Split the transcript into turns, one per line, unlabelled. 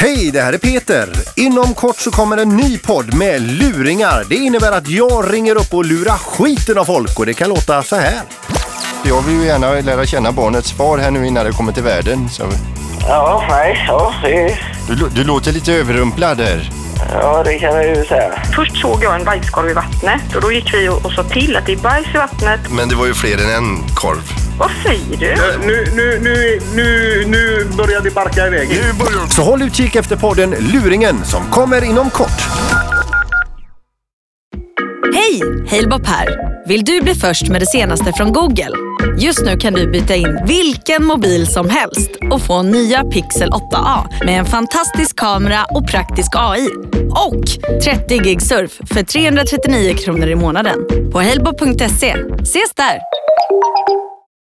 Hej, det här är Peter. Inom kort så kommer en ny podd med luringar. Det innebär att jag ringer upp och lurar skiten av folk och det kan låta så här. Jag vill ju gärna lära känna barnets far här nu innan det kommer till världen. Så...
Ja, nej, ja, det,
Du, lå- du låter lite överrumplad där.
ja, det kan jag ju säga.
Först såg jag en bajskorv i vattnet och då gick vi och och sa till att det är bajs i vattnet.
Men det var ju fler än en korv.
Vad säger du?
Nu, nu, nu, nu, nu börjar det barka iväg.
Så håll utkik efter podden Luringen som kommer inom kort.
Hej! Halebop här. Vill du bli först med det senaste från Google? Just nu kan du byta in vilken mobil som helst och få nya Pixel 8A med en fantastisk kamera och praktisk AI. Och 30 gig surf för 339 kronor i månaden på halebop.se. Ses där!